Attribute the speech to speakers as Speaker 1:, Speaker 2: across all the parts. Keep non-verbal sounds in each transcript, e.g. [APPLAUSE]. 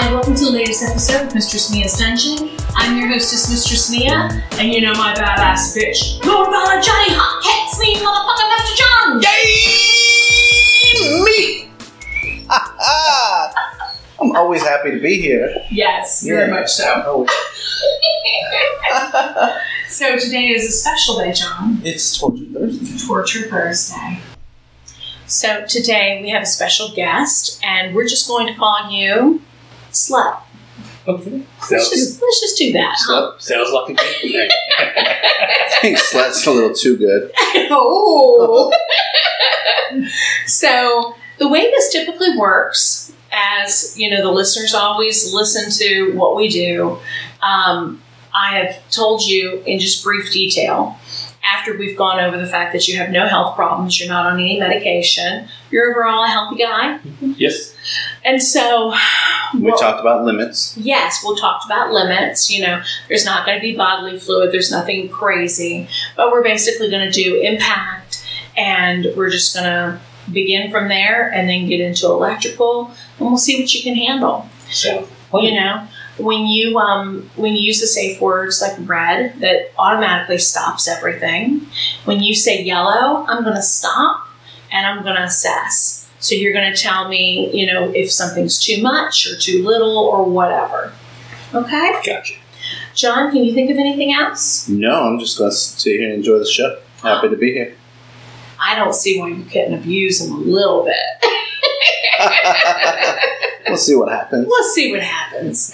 Speaker 1: and welcome to the latest episode of Mistress Mia's Dungeon. I'm your hostess, Mistress Mia, and you know my badass bitch. You're about a Johnny Hot Cats me, motherfucker, Master John!
Speaker 2: Yay! Me! I'm always happy to be here.
Speaker 1: Yes, very much
Speaker 3: [LAUGHS]
Speaker 1: so.
Speaker 2: Always.
Speaker 1: So today is a special day, John.
Speaker 2: It's Torture [LAUGHS] Thursday.
Speaker 1: Torture Thursday. So today we have a special guest, and we're just going to call you Slut.
Speaker 3: Okay.
Speaker 1: Let's
Speaker 3: Sounds,
Speaker 1: just, let's just do that. huh?
Speaker 3: sounds like a good thing.
Speaker 2: I think slut's a little too good.
Speaker 1: [LAUGHS] oh. [LAUGHS] so the way this typically works, as you know, the listeners always listen to what we do. Um, I have told you in just brief detail. After we've gone over the fact that you have no health problems, you're not on any medication, you're overall a healthy guy,
Speaker 3: yes.
Speaker 1: and so
Speaker 2: We
Speaker 1: what-
Speaker 2: talked about limits.
Speaker 1: yes, we'll talk about limits. You know, there's not going to be bodily fluid, there's nothing crazy, but we're basically going to do impact and we're just going to begin from there and then get into electrical and we'll see what you can handle.
Speaker 3: Sounds.
Speaker 1: You know, when you um, when you use the safe words like red, that automatically stops everything. When you say yellow, I'm going to stop and I'm going to assess. So you're going to tell me, you know, if something's too much or too little or whatever. Okay.
Speaker 3: Gotcha.
Speaker 1: John, can you think of anything else?
Speaker 2: No, I'm just going to sit here and enjoy the show. Happy to be here.
Speaker 1: I don't see why you couldn't abuse him a little bit.
Speaker 2: we'll see what happens.
Speaker 1: Let's see what happens.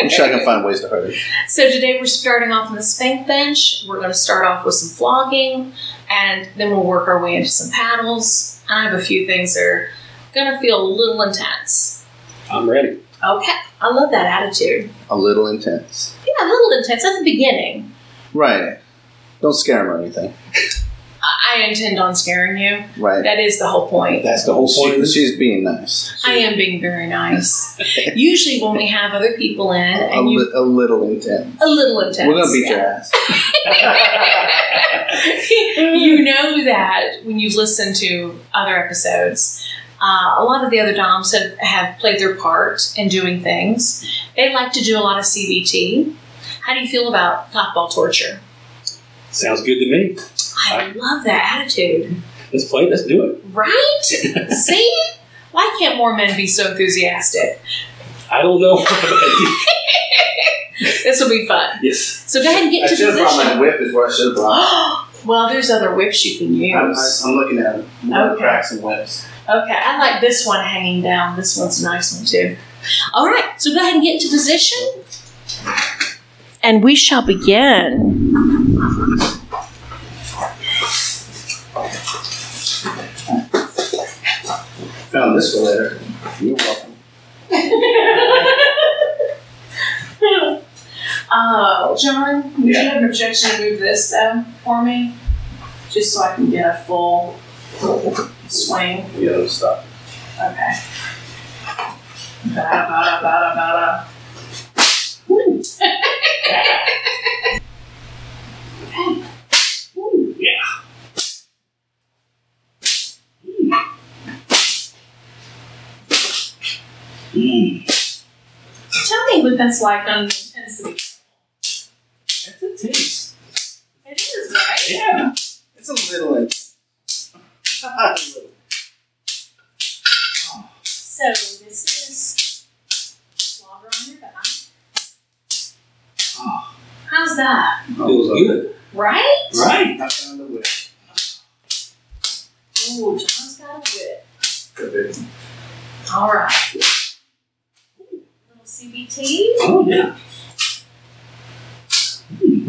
Speaker 2: I'm sure I can find ways to hurt it.
Speaker 1: So today we're starting off on the spank bench. We're going to start off with some flogging, and then we'll work our way into some paddles. I have a few things that are going to feel a little intense.
Speaker 3: I'm ready.
Speaker 1: Okay, I love that attitude.
Speaker 2: A little intense.
Speaker 1: Yeah, a little intense at the beginning.
Speaker 2: Right. Don't scare him or anything.
Speaker 1: I, I intend on scaring you.
Speaker 2: Right.
Speaker 1: That is the whole point.
Speaker 3: That's the whole
Speaker 2: She-
Speaker 3: point of this.
Speaker 2: she's being nice.
Speaker 1: I am being very nice. Usually, when we have other people in,
Speaker 2: A,
Speaker 1: and you
Speaker 2: li- a little intense.
Speaker 1: a little intense.
Speaker 2: We're going to beat
Speaker 1: yeah.
Speaker 2: your ass.
Speaker 1: [LAUGHS] you know that when you've listened to other episodes, uh, a lot of the other DOMs have, have played their part in doing things. They like to do a lot of CBT. How do you feel about cockball torture?
Speaker 3: Sounds good to me.
Speaker 1: I love that attitude.
Speaker 3: Let's play. it. Let's do it.
Speaker 2: [LAUGHS]
Speaker 1: Right? See? Why can't more men be so
Speaker 2: [LAUGHS]
Speaker 1: enthusiastic?
Speaker 3: I don't know. But
Speaker 1: This will be fun.
Speaker 3: [LAUGHS] yes.
Speaker 1: So go ahead and get to
Speaker 2: should've
Speaker 1: position.
Speaker 2: whip, is what I should
Speaker 1: [GASPS]
Speaker 2: have
Speaker 1: well, there's other whips you can use.
Speaker 2: I'm, I'm looking at them.
Speaker 1: Okay.
Speaker 2: Cracks and whips.
Speaker 1: Okay, I like this one hanging down. This one's a nice one too. All right, so go ahead and get into position. [LAUGHS] And we shall begin.
Speaker 2: Found this one later. You're welcome.
Speaker 1: Oh, John, would you
Speaker 2: Yeah.
Speaker 1: have an objection to move this though for me? Just so I can get a full swing.
Speaker 2: Yeah, let me stop.
Speaker 1: Okay. Bada, bada, bada, bada. Ooh. Okay. Ooh.
Speaker 3: Yeah. Mm.
Speaker 1: Tell me what that's like on the intensity.
Speaker 3: That's a taste.
Speaker 1: It is, right?
Speaker 3: Yeah.
Speaker 2: It's a little [LAUGHS] in. A little.
Speaker 1: So this is slobber on your back.
Speaker 3: Oh.
Speaker 1: How's that?
Speaker 3: Feels good.
Speaker 1: Right?
Speaker 3: Right.
Speaker 2: I found the whip.
Speaker 1: Ooh, John's got a whip.
Speaker 2: Good
Speaker 1: All right. Little CBT.
Speaker 3: Oh yeah. Hmm.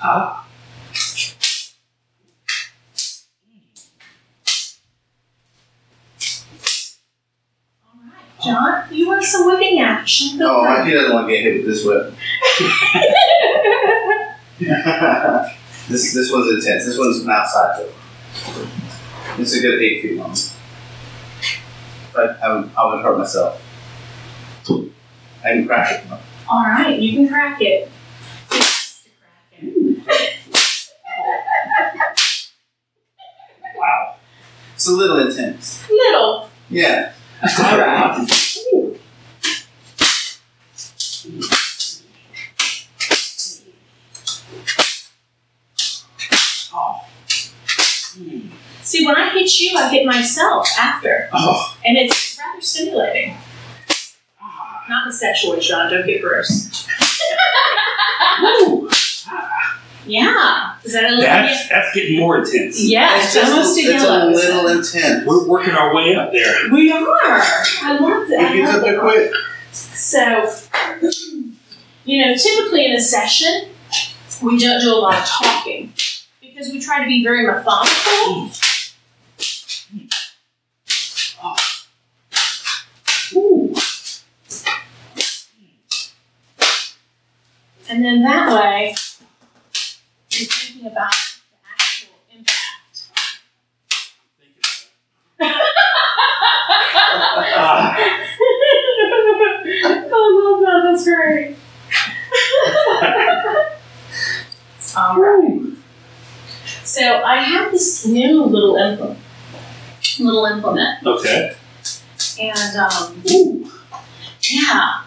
Speaker 3: Ah.
Speaker 1: All right, John, you want some whipping action? Go
Speaker 2: Oh,
Speaker 1: for
Speaker 2: I- he doesn't want to get hit with this
Speaker 3: [LAUGHS]
Speaker 2: whip.
Speaker 1: it.
Speaker 2: this this one's intense. This one's an outside whip. It's a good eight feet long. But I would, I would hurt myself. I can crack it.
Speaker 1: All right, you can crack it. Yes, you crack it.
Speaker 2: Wow. It's a little intense.
Speaker 1: Little.
Speaker 2: Yeah.
Speaker 3: All right.
Speaker 1: See, when I hit you, I hit myself after,
Speaker 2: Oh,
Speaker 1: and it's rather stimulating. Not in a sexual way, Sean. Don't get gross.
Speaker 3: Woo!
Speaker 1: Yeah. Is that a little?
Speaker 3: That's, that's getting more intense.
Speaker 1: yeah, it's,
Speaker 2: just-
Speaker 1: almost a
Speaker 2: it's
Speaker 1: yellow.
Speaker 2: a little intense.
Speaker 3: We're working our way up there.
Speaker 1: We are. I love that.
Speaker 2: It gets up there quick.
Speaker 1: So, you know, typically in a session, we don't do a lot of talking because we try to be very methodical.
Speaker 3: Ooh.
Speaker 1: And then that way, you're thinking about the actual impact. [LAUGHS]
Speaker 3: Ah,
Speaker 1: oh, love that. That's great. [LAUGHS] All right.
Speaker 3: woo.
Speaker 1: So I have this new little implement, little implement,
Speaker 3: okay.
Speaker 1: and um,
Speaker 3: Ooh.
Speaker 1: yeah,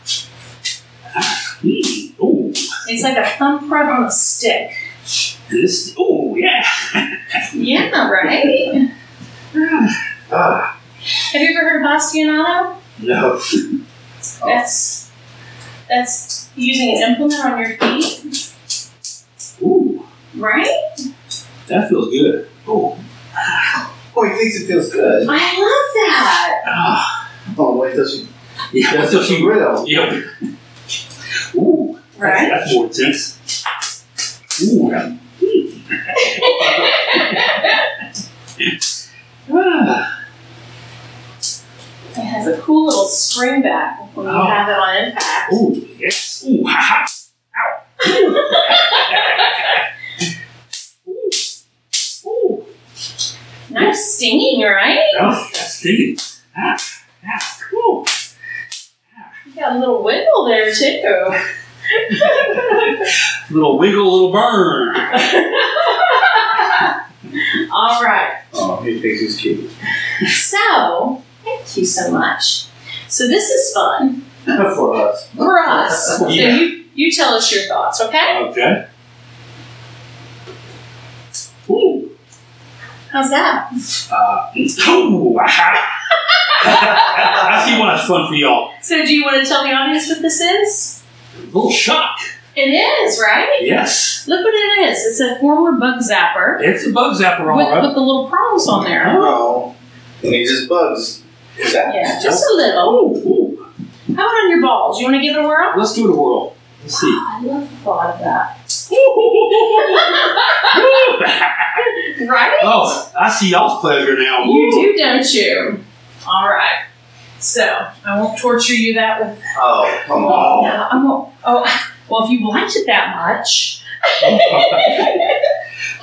Speaker 3: Mm. Ooh.
Speaker 1: it's like a thumb print on a stick.
Speaker 3: This. Ooh. Yeah.
Speaker 1: Yeah, right.
Speaker 3: Ah.
Speaker 1: Have you ever heard of Bastianato?
Speaker 3: No.
Speaker 1: That's that's using an implement on your feet,
Speaker 3: Ooh.
Speaker 1: right?
Speaker 3: That feels good. Ooh.
Speaker 2: Oh, he thinks it feels good.
Speaker 1: I love that.
Speaker 3: Ah.
Speaker 2: Oh, wait till she.
Speaker 3: Yeah.
Speaker 2: That's till she real.
Speaker 3: Yep. Ooh.
Speaker 1: Right?
Speaker 3: That's, that's more intense. Ooh. that- mm. [LAUGHS] Ah.
Speaker 1: It has a cool little spring back when you
Speaker 3: Oh.
Speaker 1: have it on impact.
Speaker 3: Ooh. Yes. Ooh. Ha ha. [LAUGHS] Ooh. Ooh.
Speaker 1: Nice stinging, right?
Speaker 3: Oh, that's digging. Ah. Ah. Ooh.
Speaker 1: You got a little wiggle there [LAUGHS] too.
Speaker 3: Little wiggle, little burn.
Speaker 1: [LAUGHS] All right.
Speaker 2: Oh, he thinks he's cute. [LAUGHS]
Speaker 1: So, thank you so much. So this is fun
Speaker 2: For us.
Speaker 1: for
Speaker 3: [LAUGHS]
Speaker 1: us. So
Speaker 3: Yeah.
Speaker 1: you, you tell us your thoughts, okay?
Speaker 3: Okay. Ooh.
Speaker 1: How's that?
Speaker 3: Uh, ooh. [LAUGHS] Ah. I see why it's fun for y'all.
Speaker 1: So do you want to tell the audience what this is?
Speaker 3: Little shock.
Speaker 1: It is, right?
Speaker 3: Yes.
Speaker 1: Look what it is. It's a former bug zapper
Speaker 3: It's a bug zapper, all
Speaker 1: with,
Speaker 3: right.
Speaker 1: with the little prongs on there.
Speaker 2: Oh. And he just bugs. Is that?
Speaker 1: Yeah, just a little.
Speaker 3: Oh, ooh.
Speaker 1: How about on your balls? You want to give it a whirl?
Speaker 3: Let's do it a whirl. Let's see.
Speaker 1: I love the thought of that. [LAUGHS] Right?
Speaker 3: oh, I see y'all's pleasure now.
Speaker 1: You do, don't you? All right. So I won't torture you that with
Speaker 2: Oh, come on.
Speaker 3: Oh.
Speaker 1: Yeah, I won't. Oh, [LAUGHS] well, if you liked it that much. Oh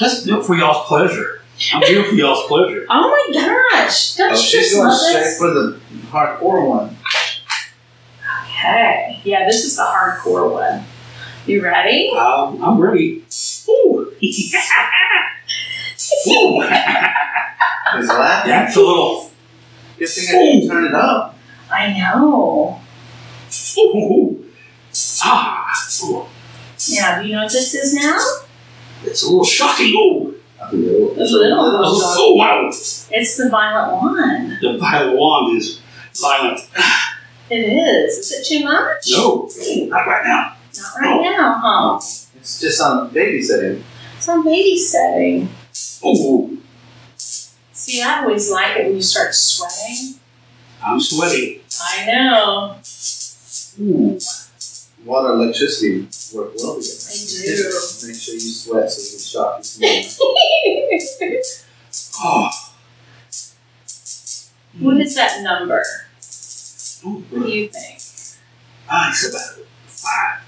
Speaker 3: Let's do it for y'all's pleasure. I'm here for y'all's pleasure.
Speaker 1: Oh my gosh! Don't
Speaker 2: Oh,
Speaker 1: you
Speaker 2: she's
Speaker 1: just
Speaker 2: going
Speaker 1: love
Speaker 2: straight
Speaker 1: this?
Speaker 2: for the hardcore one.
Speaker 1: Okay. Yeah, this is the hardcore one. You ready?
Speaker 3: Um, I'm ready. Ooh. [LAUGHS] Ooh.
Speaker 2: Is that?
Speaker 3: That's a little.
Speaker 2: Good thing I didn't turn it up.
Speaker 1: I know.
Speaker 3: Ooh. Ah. Ooh.
Speaker 1: Now, do you know what this is now?
Speaker 3: It's a little shocking. Ooh.
Speaker 2: A little.
Speaker 1: A little.
Speaker 3: A little- Oh, wow.
Speaker 1: It's the violent one.
Speaker 3: The violent wand is violent.
Speaker 1: It is. Is it too much?
Speaker 3: No. Ooh, Not right now.
Speaker 1: Not right now, huh?
Speaker 2: It's just on babysitting.
Speaker 1: It's on baby setting.
Speaker 3: Ooh.
Speaker 1: See, I always like it when you start sweating.
Speaker 3: I'm sweating.
Speaker 1: I know.
Speaker 3: Ooh.
Speaker 2: Water and electricity work well together.
Speaker 1: I do.
Speaker 2: Make sure you sweat so you can shock your skin.
Speaker 3: Oh.
Speaker 1: [LAUGHS] what is that number? What do
Speaker 3: Ooh.
Speaker 1: you think?
Speaker 3: Ah, it's about Ah, five.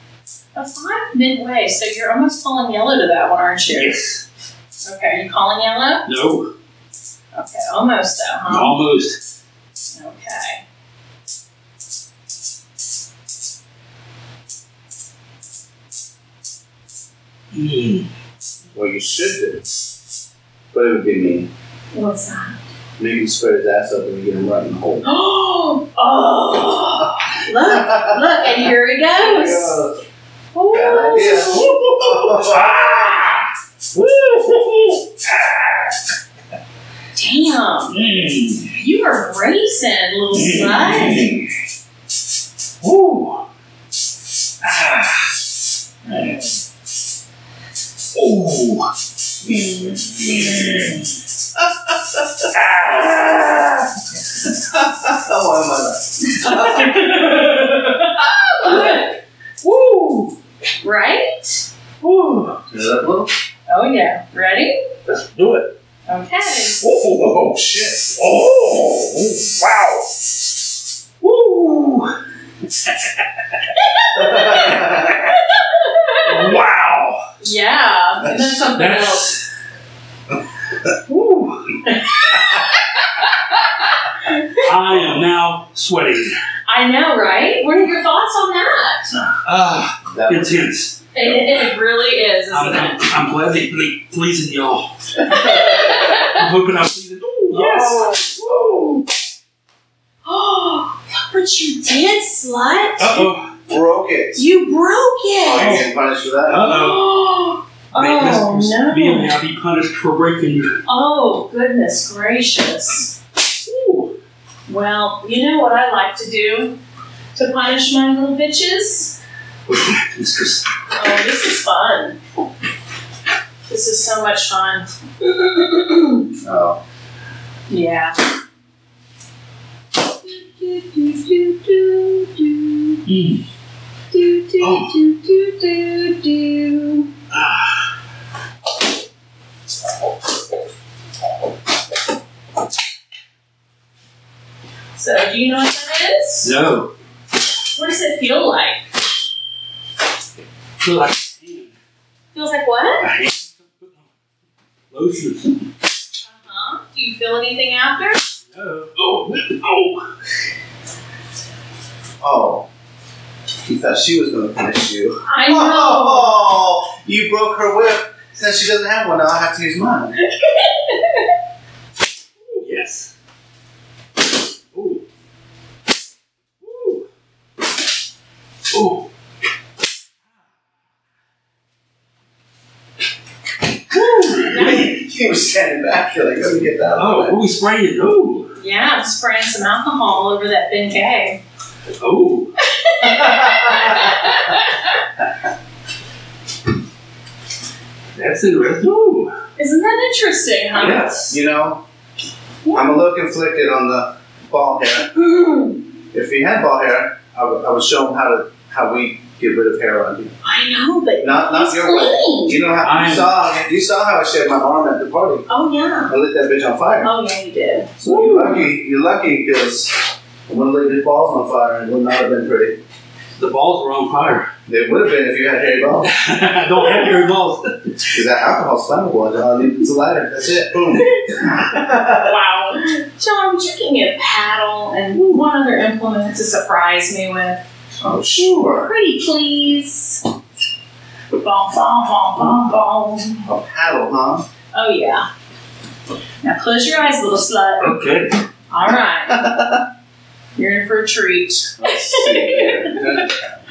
Speaker 1: A five midway, so you're almost calling yellow to that one, aren't you?
Speaker 3: Yes.
Speaker 1: Okay, are you calling yellow?
Speaker 3: No.
Speaker 1: Okay, almost though, huh?
Speaker 3: Almost.
Speaker 1: Okay.
Speaker 3: Mm.
Speaker 2: well, you should do. But it would be mean.
Speaker 1: What's that? [GASPS]
Speaker 2: Maybe you spread his ass up and get him right in the hole.
Speaker 1: Oh! Oh! Look! Look, and here he
Speaker 2: Oh
Speaker 1: goes!
Speaker 2: Bad idea.
Speaker 1: Ooh.
Speaker 3: Ah. Woo.
Speaker 1: Dang, Damn.
Speaker 3: Mm.
Speaker 1: You are racing, little
Speaker 3: [LAUGHS]
Speaker 1: slut.
Speaker 3: Mm. Ooh. Ah. Mm. Ooh. Mm. Ah.
Speaker 2: oh,
Speaker 1: Look,
Speaker 3: Woo.
Speaker 1: right?
Speaker 3: Woo.
Speaker 2: am I not? Is that little?
Speaker 1: Oh, yeah. Ready?
Speaker 3: Do it.
Speaker 1: Okay.
Speaker 3: Oh, shit. Oh, wow. Woo. Wow.
Speaker 1: Yeah. And then something else.
Speaker 3: That's. [LAUGHS] Woo. I am now sweating.
Speaker 1: I know, right? What are your thoughts on that?
Speaker 3: Ah,
Speaker 2: That was-
Speaker 3: intense.
Speaker 1: It, it, it really is,
Speaker 3: I'm,
Speaker 1: isn't
Speaker 3: I'm,
Speaker 1: it?
Speaker 3: I'm glad they ple- pleasing y'all. I'm hoping I'm pleasing. Ooh, yes.
Speaker 1: [GASPS]
Speaker 2: Oh,
Speaker 1: Oh, look what you did, slut!
Speaker 3: Uh oh.
Speaker 2: broke it.
Speaker 1: You broke
Speaker 2: I
Speaker 1: it!
Speaker 2: get punished for that.
Speaker 3: Uh oh.
Speaker 1: Oh, [GASPS]
Speaker 3: Be
Speaker 1: no!
Speaker 3: now be punished for breaking.
Speaker 1: Oh, goodness gracious.
Speaker 3: Ooh.
Speaker 1: Well, you know what I like to do to punish my little bitches?
Speaker 3: Mistress.
Speaker 1: Oh, this is fun. This is so much fun.
Speaker 2: Oh.
Speaker 1: Yeah.
Speaker 3: Mm. Oh.
Speaker 1: So, do you know what that is?
Speaker 3: No.
Speaker 1: What does it feel like?
Speaker 3: Feel like
Speaker 1: Feels like what?
Speaker 3: a hand. Lotion.
Speaker 1: Uh-huh. Do you feel anything after?
Speaker 3: No. Oh. Oh.
Speaker 2: Oh. He thought she was going to punish you.
Speaker 1: I know.
Speaker 2: Oh, you broke her whip. Since she doesn't have one, now I have to use mine.
Speaker 3: oh, Yes. Ooh. Ooh. Oh, Ooh.
Speaker 2: [LAUGHS]
Speaker 3: Ooh.
Speaker 2: You were standing back. You're like, let me get that.
Speaker 3: Oh, we sprayed it. Ooh.
Speaker 1: [LAUGHS] Yeah, I'm spraying some alcohol over that Ben K.
Speaker 3: Oh. That's interesting. Ooh.
Speaker 1: Isn't that interesting, huh?
Speaker 3: Yes.
Speaker 2: you know, I'm a little conflicted on the ball hair.
Speaker 1: Mm,
Speaker 2: If he had ball hair, I would, I would show him how to how we get rid of hair on you.
Speaker 1: [GASPS] I know, but
Speaker 2: Not not
Speaker 1: it's
Speaker 2: your way.
Speaker 1: clean.
Speaker 2: You know how you
Speaker 3: I'm-
Speaker 2: saw you saw how I shaved my arm at the party.
Speaker 1: Oh yeah.
Speaker 2: I lit that bitch on fire.
Speaker 1: Oh yeah, you
Speaker 2: [LAUGHS]
Speaker 1: did.
Speaker 2: So you're lucky. You're lucky because I would have lit his balls on fire and it would not have been pretty.
Speaker 3: The balls were on fire. [LAUGHS]
Speaker 2: They would have been if you had hairy balls.
Speaker 3: I don't have hairy balls.
Speaker 2: Because that alcohol's flammable. and All I need is a lighter. That's it. Boom.
Speaker 1: Wow. John, would you give me a paddle and one other implement to surprise me with?
Speaker 2: oh sure.
Speaker 1: Pretty please. Bom, bom, bom, bom, bom.
Speaker 2: A paddle, huh?
Speaker 1: Oh yeah. Now close your eyes, little slut.
Speaker 3: Okay.
Speaker 1: All right.
Speaker 2: [LAUGHS]
Speaker 1: You're in for a treat.
Speaker 2: Let's see here.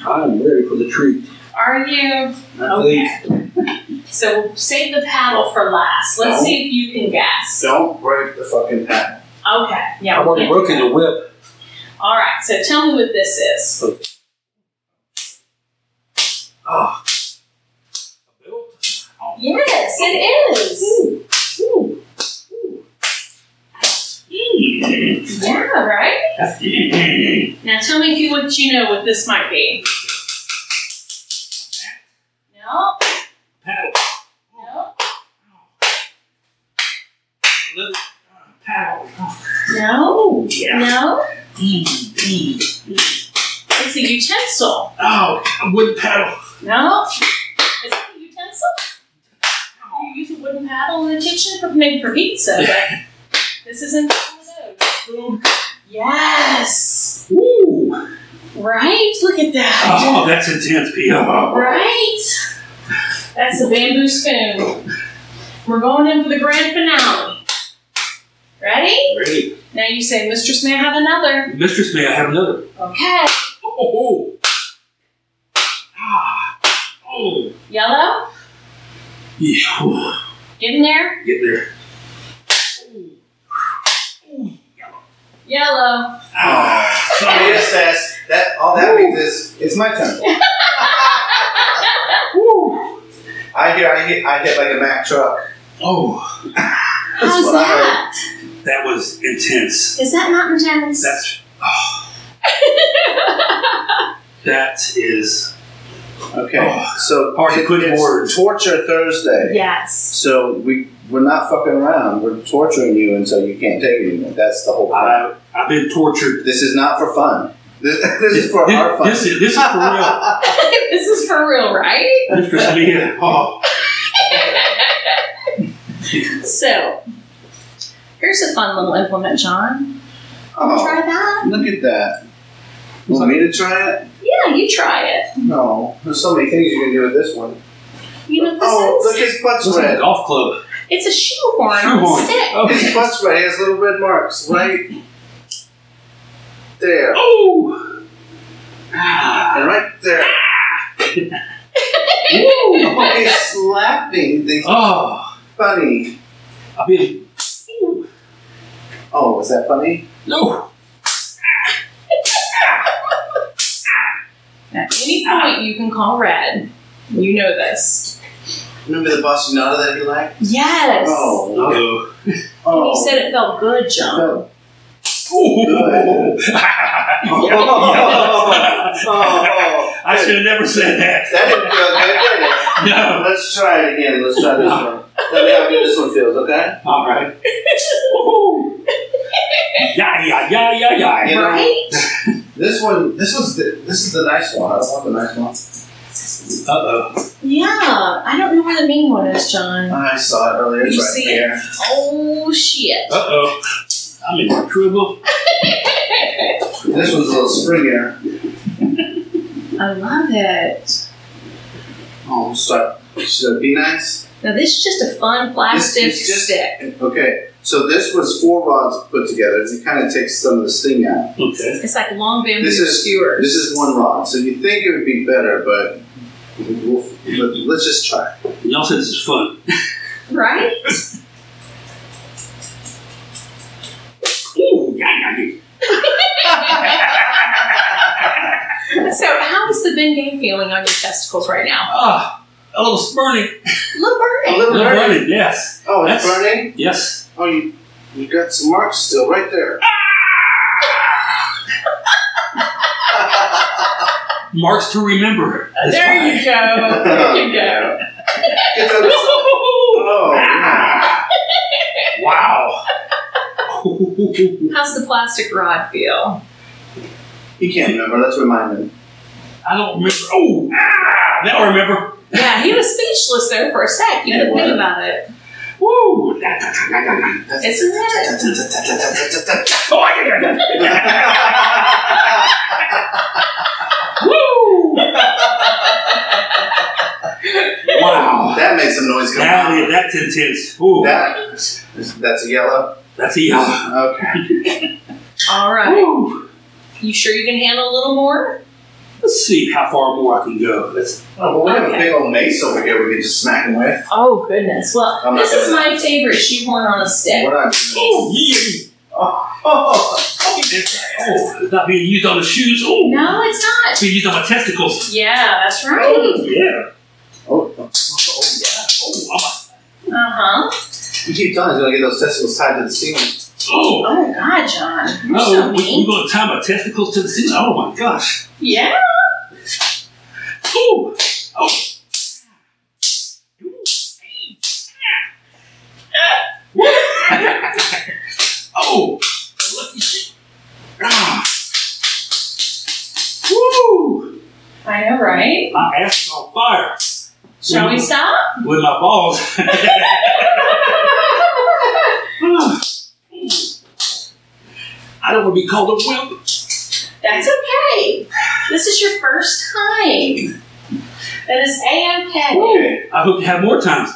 Speaker 3: I'm ready for the treat.
Speaker 1: [LAUGHS] Are you?
Speaker 2: I
Speaker 1: Okay. So we'll save the paddle for last. Let's see if you can guess.
Speaker 2: Don't break the fucking paddle.
Speaker 1: Okay. Yeah.
Speaker 3: I've
Speaker 1: we
Speaker 3: already
Speaker 1: can't do
Speaker 3: broken the whip.
Speaker 1: that. All right. So tell me what this is.
Speaker 3: Oh.
Speaker 1: Yes, it is. Hmm. Hmm. Yeah. Right. Now tell me if you what you know what this might be. No.
Speaker 3: Paddle.
Speaker 1: No.
Speaker 3: Little uh, paddle.
Speaker 1: No.
Speaker 3: Yeah.
Speaker 1: No.
Speaker 3: Mm.
Speaker 1: It's a utensil.
Speaker 3: Oh, a wood paddle.
Speaker 1: No. Is that a utensil? You use a wooden paddle in the kitchen for maybe for pizza, but this isn't one of those.
Speaker 3: Spoon.
Speaker 1: Yes.
Speaker 3: Ooh.
Speaker 1: Right. Look at that.
Speaker 2: [LAUGHS]
Speaker 3: Oh, that's intense, P. Oh.
Speaker 1: Right. That's the bamboo spoon. We're going in for the grand finale. Ready?
Speaker 3: Ready.
Speaker 1: Now you say, Mistress, may I have another?
Speaker 3: Mistress, may I have another?
Speaker 1: Okay.
Speaker 3: Oh. Ah. Oh.
Speaker 1: Yellow,
Speaker 3: Yeah.
Speaker 1: get in there.
Speaker 3: Get there.
Speaker 1: Yellow.
Speaker 3: Ah,
Speaker 2: I
Speaker 3: sorry.
Speaker 2: just says that all that means is it's my [LAUGHS] turn.
Speaker 3: Woo.
Speaker 2: I hear I hit I hit like a Mack truck.
Speaker 3: Oh,
Speaker 2: That's
Speaker 1: How's
Speaker 2: what I heard.
Speaker 1: that?
Speaker 3: that was intense.
Speaker 1: Is that not intense?
Speaker 3: That's oh. that is
Speaker 2: Okay.
Speaker 3: Oh,
Speaker 2: so
Speaker 3: hard to put in
Speaker 2: it's
Speaker 3: words.
Speaker 2: Torture Thursday.
Speaker 1: yes. [LAUGHS]
Speaker 2: So we we're not fucking around. We're torturing you until you can't take it anymore. That's the whole point.
Speaker 3: I I've been tortured.
Speaker 2: this is not for fun. [LAUGHS] This, this is for
Speaker 3: This-
Speaker 2: our fun.
Speaker 3: This is this is for real,
Speaker 1: this is for real, right?
Speaker 3: Mister Smith. Oh,
Speaker 1: So, here's a fun little implement, John.
Speaker 2: oh,
Speaker 1: Try that.
Speaker 2: look at that. Want me to try it?
Speaker 1: Yeah, you try it.
Speaker 2: No. There's so many things you can do with this one.
Speaker 1: You know what this
Speaker 2: oh,
Speaker 1: is?
Speaker 2: look, his butt's
Speaker 3: looks like a
Speaker 2: red.
Speaker 3: golf club.
Speaker 1: It's a shoehorn on a
Speaker 3: Shoehorn.
Speaker 1: stick. [LAUGHS]
Speaker 3: Oh,
Speaker 2: His butt's red. He has little red marks right there
Speaker 3: oh. Ah.
Speaker 2: and right there.
Speaker 3: Woo.
Speaker 2: Oh, he's slapping the
Speaker 3: Oh,
Speaker 2: funny.
Speaker 3: I've been
Speaker 2: Oh, is that funny?
Speaker 3: no.
Speaker 1: At any point, you can call red. You know this.
Speaker 2: Remember the boss you know that he liked?
Speaker 1: Yes.
Speaker 2: Oh, okay.
Speaker 1: And
Speaker 3: Oh.
Speaker 2: oh.
Speaker 1: you said it felt good, John.
Speaker 2: No.
Speaker 3: Ooh.
Speaker 1: [LAUGHS]
Speaker 2: oh,
Speaker 3: I should have never said that.
Speaker 2: That didn't feel good, did it?
Speaker 3: No.
Speaker 2: Let's try it again. Let's try this one. Tell me how good this one feels, okay?
Speaker 3: All right. Woo. Yeah, yeah, yeah, yeah, yeah.
Speaker 2: You know,
Speaker 1: [LAUGHS] Right?
Speaker 2: This one, this was the, this is the nice one. I don't want the nice one.
Speaker 3: Uh oh.
Speaker 1: Yeah. I don't know where the main one is, John.
Speaker 2: I saw it earlier. Uh, It's
Speaker 1: You
Speaker 2: right
Speaker 1: see it?
Speaker 2: there.
Speaker 1: Oh shit.
Speaker 3: Uh oh. I'm in trouble.
Speaker 2: This one's a little springier.
Speaker 1: [LAUGHS] I love it.
Speaker 2: Oh, start. Should it be nice?
Speaker 1: Now this is just a fun plastic
Speaker 2: This is just-
Speaker 1: stick.
Speaker 2: Okay. So this was four rods put together, and it kind of takes some of the sting out.
Speaker 3: Okay.
Speaker 1: It's like long bamboo
Speaker 2: This is-
Speaker 1: skewers.
Speaker 2: This is one rod, so you think it would be better, but we'll, but let's just try. it.
Speaker 3: Y'all said this is fun.
Speaker 1: right?
Speaker 3: [LAUGHS] Ooh, yeah, yeah, yeah.
Speaker 1: [LAUGHS] So how is the Ben Gay feeling on your testicles right now?
Speaker 3: Ah, a little spurning.
Speaker 1: A little
Speaker 2: A
Speaker 1: burning.
Speaker 3: A
Speaker 2: little
Speaker 3: little
Speaker 2: burning.
Speaker 3: burning, yes.
Speaker 2: Oh, it's
Speaker 3: That's-
Speaker 2: burning.
Speaker 3: Yes.
Speaker 2: Oh, you you got some marks still
Speaker 1: [LAUGHS]
Speaker 2: right there.
Speaker 3: Marks to remember. That's
Speaker 1: there
Speaker 3: fine.
Speaker 1: you go. Oh, There you go.
Speaker 2: Get that aside. Oh, yeah.
Speaker 3: Wow. [LAUGHS]
Speaker 1: How's the plastic rod feel?
Speaker 2: He can't remember. Let's remind him.
Speaker 3: I don't remember. Oh, ah, now I remember.
Speaker 1: Yeah, he was speechless there for a sec. You
Speaker 2: Yeah,
Speaker 1: didn't think
Speaker 2: what?
Speaker 1: about it.
Speaker 3: Woo. Oh, Da, da, da, da, da.
Speaker 1: Isn't it?
Speaker 3: Oh, yeah, yeah, yeah. [LAUGHS] Woo. Wow.
Speaker 2: [LAUGHS] that makes some noise coming
Speaker 3: That
Speaker 2: out.
Speaker 3: is, that's intense. Ooh,
Speaker 2: That, that's a yellow.
Speaker 3: that's a yellow.
Speaker 2: Okay.
Speaker 1: All right.
Speaker 3: Ooh.
Speaker 1: You sure you can handle a little more?
Speaker 3: Let's see how far more I can go. Let's,
Speaker 2: Oh, well, we have a
Speaker 1: Okay.
Speaker 2: big old mace over here we can just smack him with.
Speaker 1: Oh goodness. Well,
Speaker 2: I'm not
Speaker 1: this is
Speaker 2: gonna-
Speaker 1: my favorite shoehorn on a stick.
Speaker 2: What I
Speaker 3: oh, yeah.
Speaker 2: Oh,
Speaker 3: Oh, it's, oh, it's not being used on the shoes. Oh,
Speaker 1: No, it's not.
Speaker 3: it's being used on my testicles.
Speaker 1: Yeah, that's right.
Speaker 3: Oh, yeah.
Speaker 2: oh, oh, oh, yeah.
Speaker 3: Oh, I'm a,
Speaker 1: Uh huh.
Speaker 2: You keep telling us you're going to get those testicles tied to the ceiling.
Speaker 3: oh.
Speaker 1: Oh God, John, you're so
Speaker 3: Oh, we're
Speaker 1: mean.
Speaker 3: going to tie my testicles to the ceiling. Oh, my gosh.
Speaker 1: Yeah.
Speaker 3: Oh, oh. oh, lucky shit. Ah. Woo.
Speaker 1: I know, right?
Speaker 3: My ass is on fire
Speaker 1: Shall we stop? [LAUGHS]
Speaker 3: with my balls. I don't want to be called a wimp.
Speaker 1: That's okay. This is your first time. That is a okay.
Speaker 2: Okay.
Speaker 3: I hope you have more times.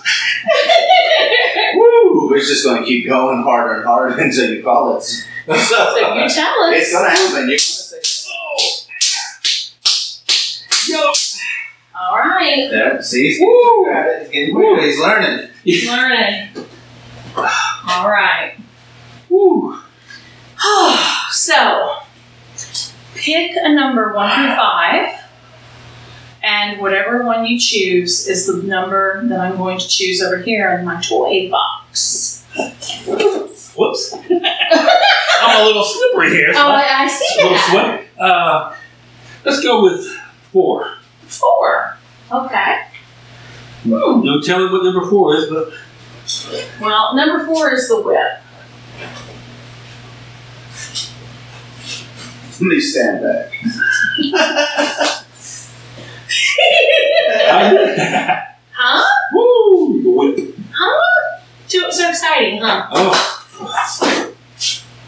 Speaker 3: Woo!
Speaker 2: We're just going to keep going harder and harder [LAUGHS] until you call us.
Speaker 1: [LAUGHS]
Speaker 2: [LAUGHS]
Speaker 1: So you tell us.
Speaker 2: it's going to happen. You're going to say,
Speaker 3: Yo!
Speaker 1: All right.
Speaker 2: there, see, he's getting
Speaker 3: Woo!
Speaker 2: better at it. He's getting better. He's learning.
Speaker 1: Learning. All right.
Speaker 3: Woo!
Speaker 1: so, pick a number one through five, and whatever one you choose is the number that I'm going to choose over here in my toy box.
Speaker 3: Whoops. [LAUGHS] I'm a little slippery here. so
Speaker 1: Oh, I, I see
Speaker 3: a little
Speaker 1: that.
Speaker 3: sweat. Uh, let's go with four.
Speaker 1: Four. Okay.
Speaker 3: No telling what number four is, but
Speaker 1: Well, number four is the whip.
Speaker 2: Somebody
Speaker 1: [LAUGHS]
Speaker 2: stand back.
Speaker 3: I,
Speaker 1: huh?
Speaker 3: [LAUGHS] woo, the whip.
Speaker 1: Huh? Too so exciting, huh?
Speaker 3: Oh,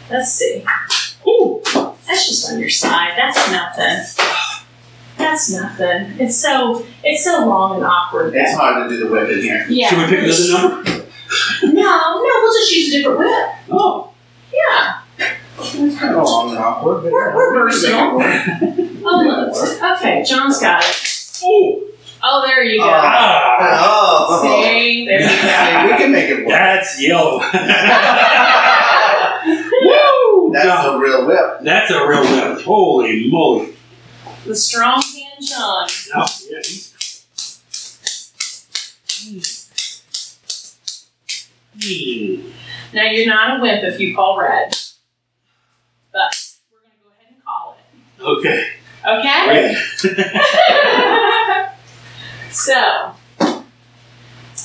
Speaker 1: Let's see.
Speaker 3: ooh.
Speaker 1: That's just on your side. That's nothing. That's nothing. It's so it's so long and awkward.
Speaker 2: It's hard to do the whip in here.
Speaker 1: Yeah.
Speaker 3: Should we pick another number?
Speaker 1: No, no, we'll just use a different whip.
Speaker 3: Oh,
Speaker 1: Yeah.
Speaker 2: It's kind of long and awkward. but-
Speaker 1: We're- we're versatile. Oh, look. Okay, John's got it.
Speaker 3: ooh.
Speaker 1: Oh, there you go.
Speaker 2: Ah.
Speaker 3: Ah,
Speaker 2: Oh, [LAUGHS]
Speaker 1: See? There you go.
Speaker 2: Hey, we can make it work.
Speaker 3: that's yellow. [LAUGHS]
Speaker 2: That's
Speaker 3: woo!
Speaker 2: the real whip.
Speaker 3: That's a real whip. Holy moly.
Speaker 1: The strong hand John.
Speaker 3: Oh, yeah, he's- Hmm.
Speaker 1: Now, you're not a wimp if you call red. But we're going to go ahead and call
Speaker 3: Okay.
Speaker 1: it.
Speaker 3: Ready.
Speaker 1: Okay? [LAUGHS] so,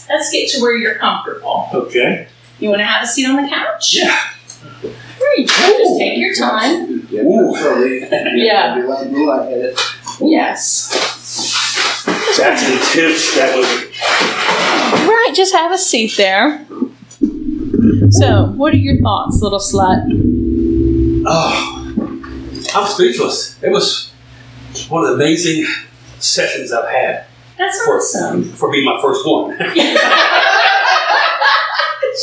Speaker 1: let's get to where you're comfortable.
Speaker 3: Okay.
Speaker 1: You want to have a seat on the couch?
Speaker 3: Yeah.
Speaker 1: There you go. Just take your time.
Speaker 2: Yeah,
Speaker 3: Ooh.
Speaker 2: absolutely.
Speaker 1: Yeah.
Speaker 2: Be like me, like it.
Speaker 1: Yes.
Speaker 3: That's intense. That was.
Speaker 1: Right, just have a seat there. So, what are your thoughts, little slut?
Speaker 3: Oh, I'm speechless. It was one of the amazing sessions I've had
Speaker 1: That's
Speaker 3: for
Speaker 1: awesome.
Speaker 3: for being my first one.
Speaker 1: [LAUGHS]
Speaker 3: [LAUGHS]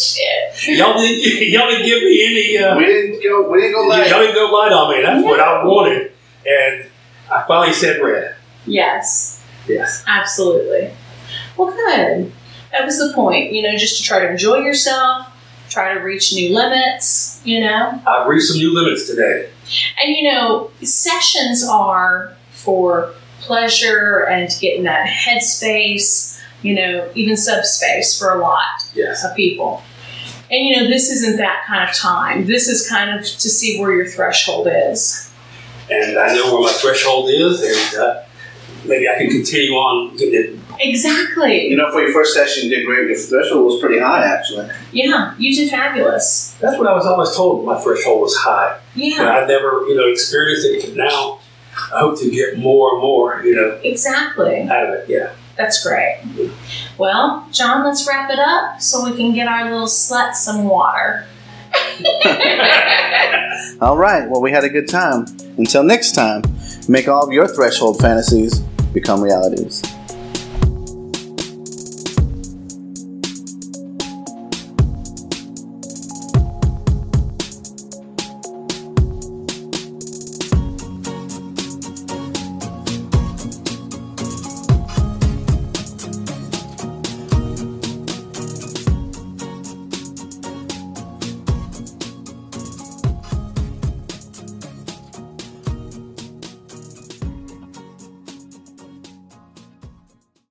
Speaker 1: Shit.
Speaker 3: y'all didn't [LAUGHS] y'all didn't give me any. Uh,
Speaker 2: We didn't go. We didn't go
Speaker 3: y'all
Speaker 2: live.
Speaker 3: didn't go light on me. That's what I wanted, and I finally said red.
Speaker 1: Yes,
Speaker 3: Yes.
Speaker 1: absolutely. Well, good. That was the point, you know, just to try to enjoy yourself, try to reach new limits, you know?
Speaker 3: I've reached some new limits today.
Speaker 1: And, you know, sessions are for pleasure and to get in that headspace, you know, even subspace for a lot.
Speaker 3: Yes.
Speaker 1: of people. And you know, this isn't that kind of time. This is kind of to see where your threshold is.
Speaker 3: And I know where my threshold is, and uh, maybe I can continue on getting it.
Speaker 2: You
Speaker 1: Exactly.
Speaker 2: know, for your first session, you did great. Your threshold was pretty high, actually.
Speaker 1: Yeah, you did fabulous.
Speaker 3: That's what I was always told. My threshold was high. but
Speaker 1: Yeah,
Speaker 3: I never, you know, experienced it. But now I hope to get more and more, you know,
Speaker 1: exactly.
Speaker 3: out of it. Yeah.
Speaker 1: That's great. Well, John, let's wrap it up so we can get our little slut some water.
Speaker 2: All right. Well, we had a good time. Until next time, make all of your threshold fantasies become realities.